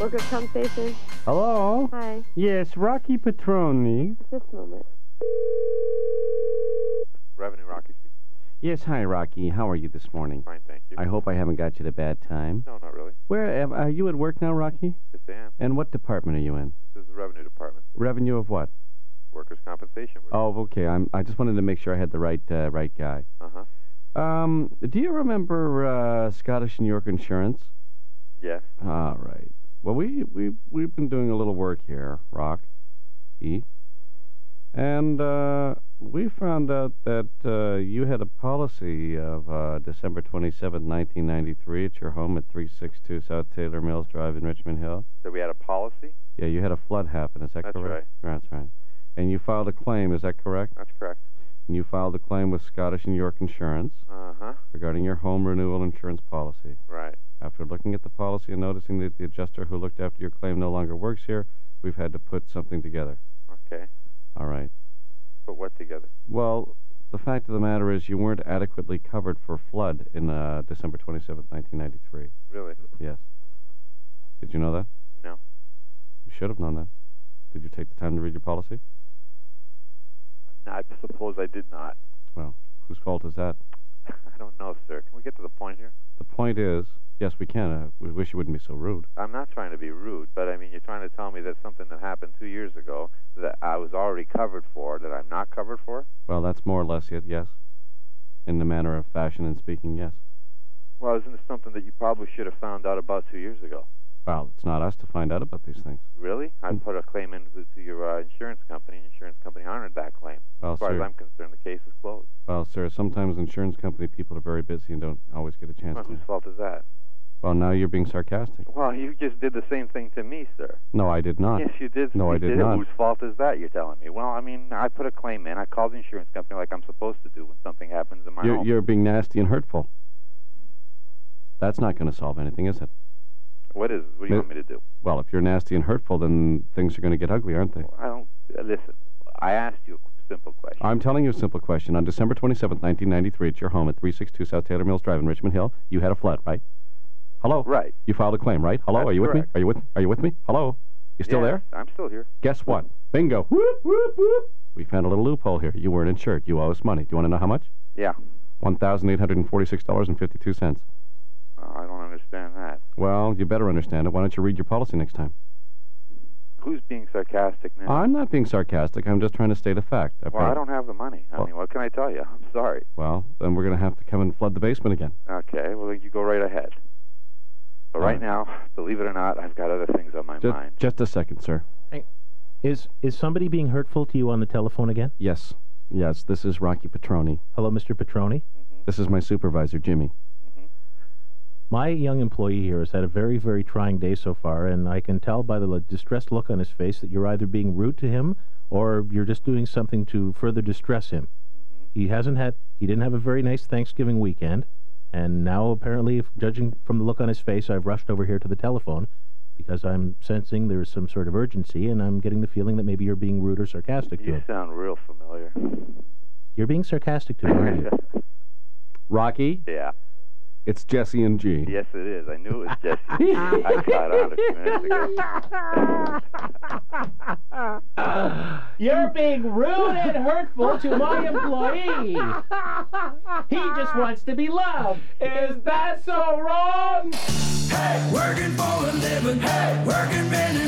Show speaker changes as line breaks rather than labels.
Worker Comp Station.
Hello?
Hi.
Yes, Rocky Petroni.
Just a moment.
Revenue Rocky speaking.
Yes, hi, Rocky. How are you this morning?
Fine, thank you.
I hope I haven't got you at a bad time.
No, not really.
Where am, are you at work now, Rocky?
Yes, I am.
And what department are you in?
This is the Revenue Department.
Revenue of what?
Workers' compensation.
Oh, okay. I'm, I just wanted to make sure I had the right uh, right guy.
Uh huh.
Um, do you remember uh, Scottish New York Insurance?
Yes.
All right. Well, we we we've been doing a little work here, Rock, E, and uh, we found out that uh, you had a policy of uh, December twenty seventh, nineteen ninety three, at your home at three six two South Taylor Mills Drive in Richmond Hill.
That we had a policy?
Yeah, you had a flood happen. Is that
That's
correct? Right. That's right. And you filed a claim. Is that correct?
That's correct.
And you filed a claim with Scottish and York Insurance
Uh huh.
regarding your home renewal insurance policy.
Right.
After looking at the policy and noticing that the adjuster who looked after your claim no longer works here, we've had to put something together.
Okay.
All right.
Put what together?
Well, the fact of the matter is you weren't adequately covered for flood in uh, December 27th, 1993.
Really?
Yes. Did you know that?
No.
You should have known that. Did you take the time to read your policy?
No, I suppose I did not.
Whose fault is that?
I don't know, sir. Can we get to the point here?
The point is, yes, we can. Uh, we wish you wouldn't be so rude.
I'm not trying to be rude, but I mean, you're trying to tell me that something that happened two years ago that I was already covered for, that I'm not covered for?
Well, that's more or less it, yes. In the manner of fashion and speaking, yes.
Well, isn't it something that you probably should have found out about two years ago?
Well, it's not us to find out about these things.
Really? I put a claim into the, to your uh, insurance company, and insurance company honored that claim.
Well,
As far
sir,
as I'm concerned, the case is closed.
Well, sir, sometimes insurance company people are very busy and don't always get a chance
Well,
to.
whose fault is that?
Well, now you're being sarcastic.
Well, you just did the same thing to me, sir.
No, I did not.
Yes, you did.
No,
you
I did not.
Whose fault is that? You're telling me. Well, I mean, I put a claim in. I called the insurance company like I'm supposed to do when something happens in my
you're,
home.
you're being nasty and hurtful. That's not going to solve anything, is it?
What is? What do you
Mi-
want me to do?
Well, if you're nasty and hurtful, then things are going to get ugly, aren't they?
I don't uh, listen. I asked you a simple question.
I'm telling you a simple question. On December 27th, 1993, at your home at 362 South Taylor Mills Drive in Richmond Hill, you had a flood, right? Hello?
right.
You filed a claim, right? Hello?
That's
are you with
correct.
me? Are you with Are you with me? Hello? You still
Yes,
there?
I'm still here.
Guess what? Bingo. Whoop, whoop, whoop. We found a little loophole here. You weren't insured. You owe us money. Do you want to know how much?
Yeah.
$1,846.52.
Oh, I don't understand that.
Well, you better understand it. Why don't you read your policy next time?
Who's being sarcastic now?
I'm not being sarcastic. I'm just trying to state a fact. I've
well, I
got-
don't have the money. I
uh, Well-
mean, what can I tell you? I'm sorry.
Well, then we're going to have to come and flood the basement again.
Okay, well, you go right ahead. But
All
right
right.
now, believe it or not, I've got other things on my
Just,
mind.
just a second, sir.
Is is somebody being hurtful to you on the telephone again?
Yes. Yes, this is Rocky Petroni.
Hello, Mr. Petroni.
This is my supervisor, Jimmy.
My young employee here has had a very, very trying day so far, and I can tell by the lo- distressed look on his face that you're either being rude to him or you're just doing something to further distress him. He hasn't had he didn't have a very nice Thanksgiving weekend, and now apparently, if- judging from the look on his face, I've rushed over here to the telephone because I'm sensing there is some sort of urgency, and I'm getting the feeling that maybe you're being rude or sarcastic to
You
him.
sound real familiar.
You're being sarcastic to him, aren't you?
Rocky,
yeah.
it's Jesse and G.
Yes, it is. I knew it was Jesse. I caught on a few minutes ago.
You're being rude and hurtful to my employee. He just wants to be loved. Is that so wrong?
Working for a living, hey, working men